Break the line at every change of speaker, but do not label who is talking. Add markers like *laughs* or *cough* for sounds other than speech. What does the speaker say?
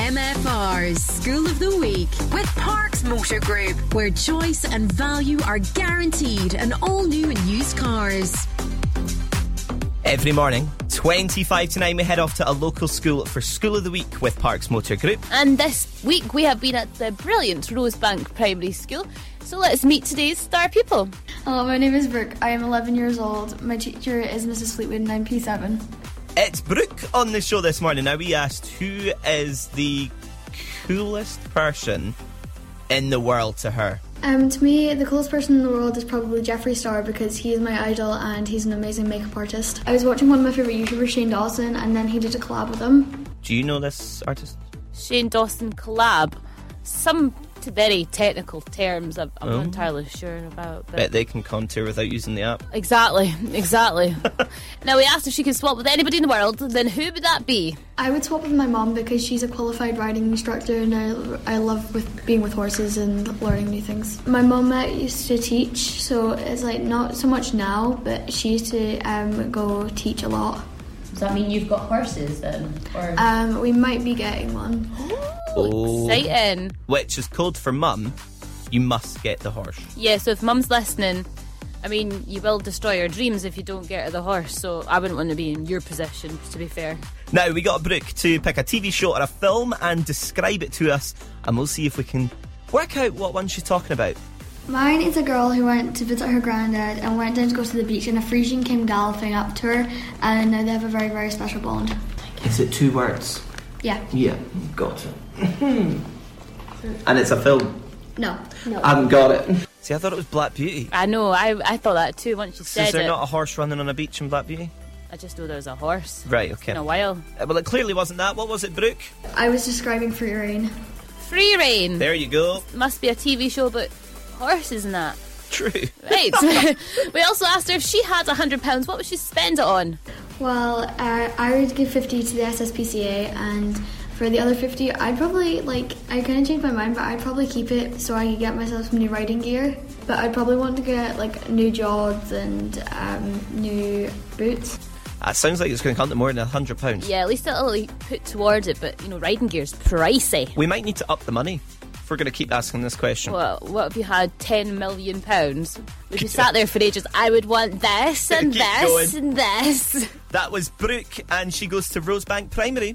MFR's School of the Week with Parks Motor Group, where choice and value are guaranteed in all new and used cars.
Every morning, 25 to 9, we head off to a local school for School of the Week with Parks Motor Group.
And this week we have been at the brilliant Rosebank Primary School. So let's meet today's star people.
Hello, my name is Brooke. I am 11 years old. My teacher is Mrs. Fleetwood, and I'm P7.
It's Brooke on the show this morning. Now, we asked who is the coolest person in the world to her.
Um, to me, the coolest person in the world is probably Jeffree Star because he is my idol and he's an amazing makeup artist. I was watching one of my favourite YouTubers, Shane Dawson, and then he did a collab with him.
Do you know this artist?
Shane Dawson collab. Some t- very technical terms I'm, I'm not entirely sure about. But
Oh. Bet they can contour without using the app.
Exactly, *laughs* exactly. now we asked if she could swap with anybody in the world, then who would that be?
I would swap with my mom because she's a qualified riding instructor and I, I love with being with horses and learning new things. My mom uh, used to teach, so it's like not so much now, but she used to um, go teach a lot.
Does that mean you've got horses then? Or
Um, we might be getting one.
Oh.
Exciting.
Which is called for mum. You must get the horse.
Yeah, so if mum's listening, I mean, you will destroy her dreams if you don't get her the horse, so I wouldn't want to be in your position, to be fair.
Now, we got Brooke to pick a TV show or a film and describe it to us, and we'll see if we can work out what one she's talking about.
Mine is a girl who went to visit her granddad and went down to go to the beach, and a Frisian came galloping up to her, and now they have a very, very special bond.
Is it two words?
Yeah.
Yeah, got it.
*laughs*
and it's a film.
No. No.
I haven't got it. See, I thought it was Black Beauty.
I know, I, I thought that too once you
So
said
is there
it.
not a horse running on a beach in Black Beauty?
I just know there was a horse.
Right,
It's
okay.
been a while.
Uh, Well, it clearly wasn't that. What was it, Brooke?
I was describing free reign.
Free reign.
There you go. *laughs*
Must be a TV show about horses and that.
True. *laughs*
Right. *laughs* we also asked her if she had a £100, what would she spend it on?
Well, uh, I would give 50 to the SSPCA, and for the other 50, I'd probably, like, I kind of changed my mind, but I'd probably keep it so I could get myself some new riding gear. But I'd probably want to get, like, new jogs and um, new boots.
That sounds like it's going to come to more than a hundred pounds.
Yeah, at least it'll like, put towards it, but you know, riding gear's pricey.
We might need to up the money if we're going to keep asking this question.
Well, what if you had ten million pounds? Would you sat there for ages? I would want this
*laughs*
and
Keep
this
going.
and this.
That was Brooke, and she goes to Rosebank Primary.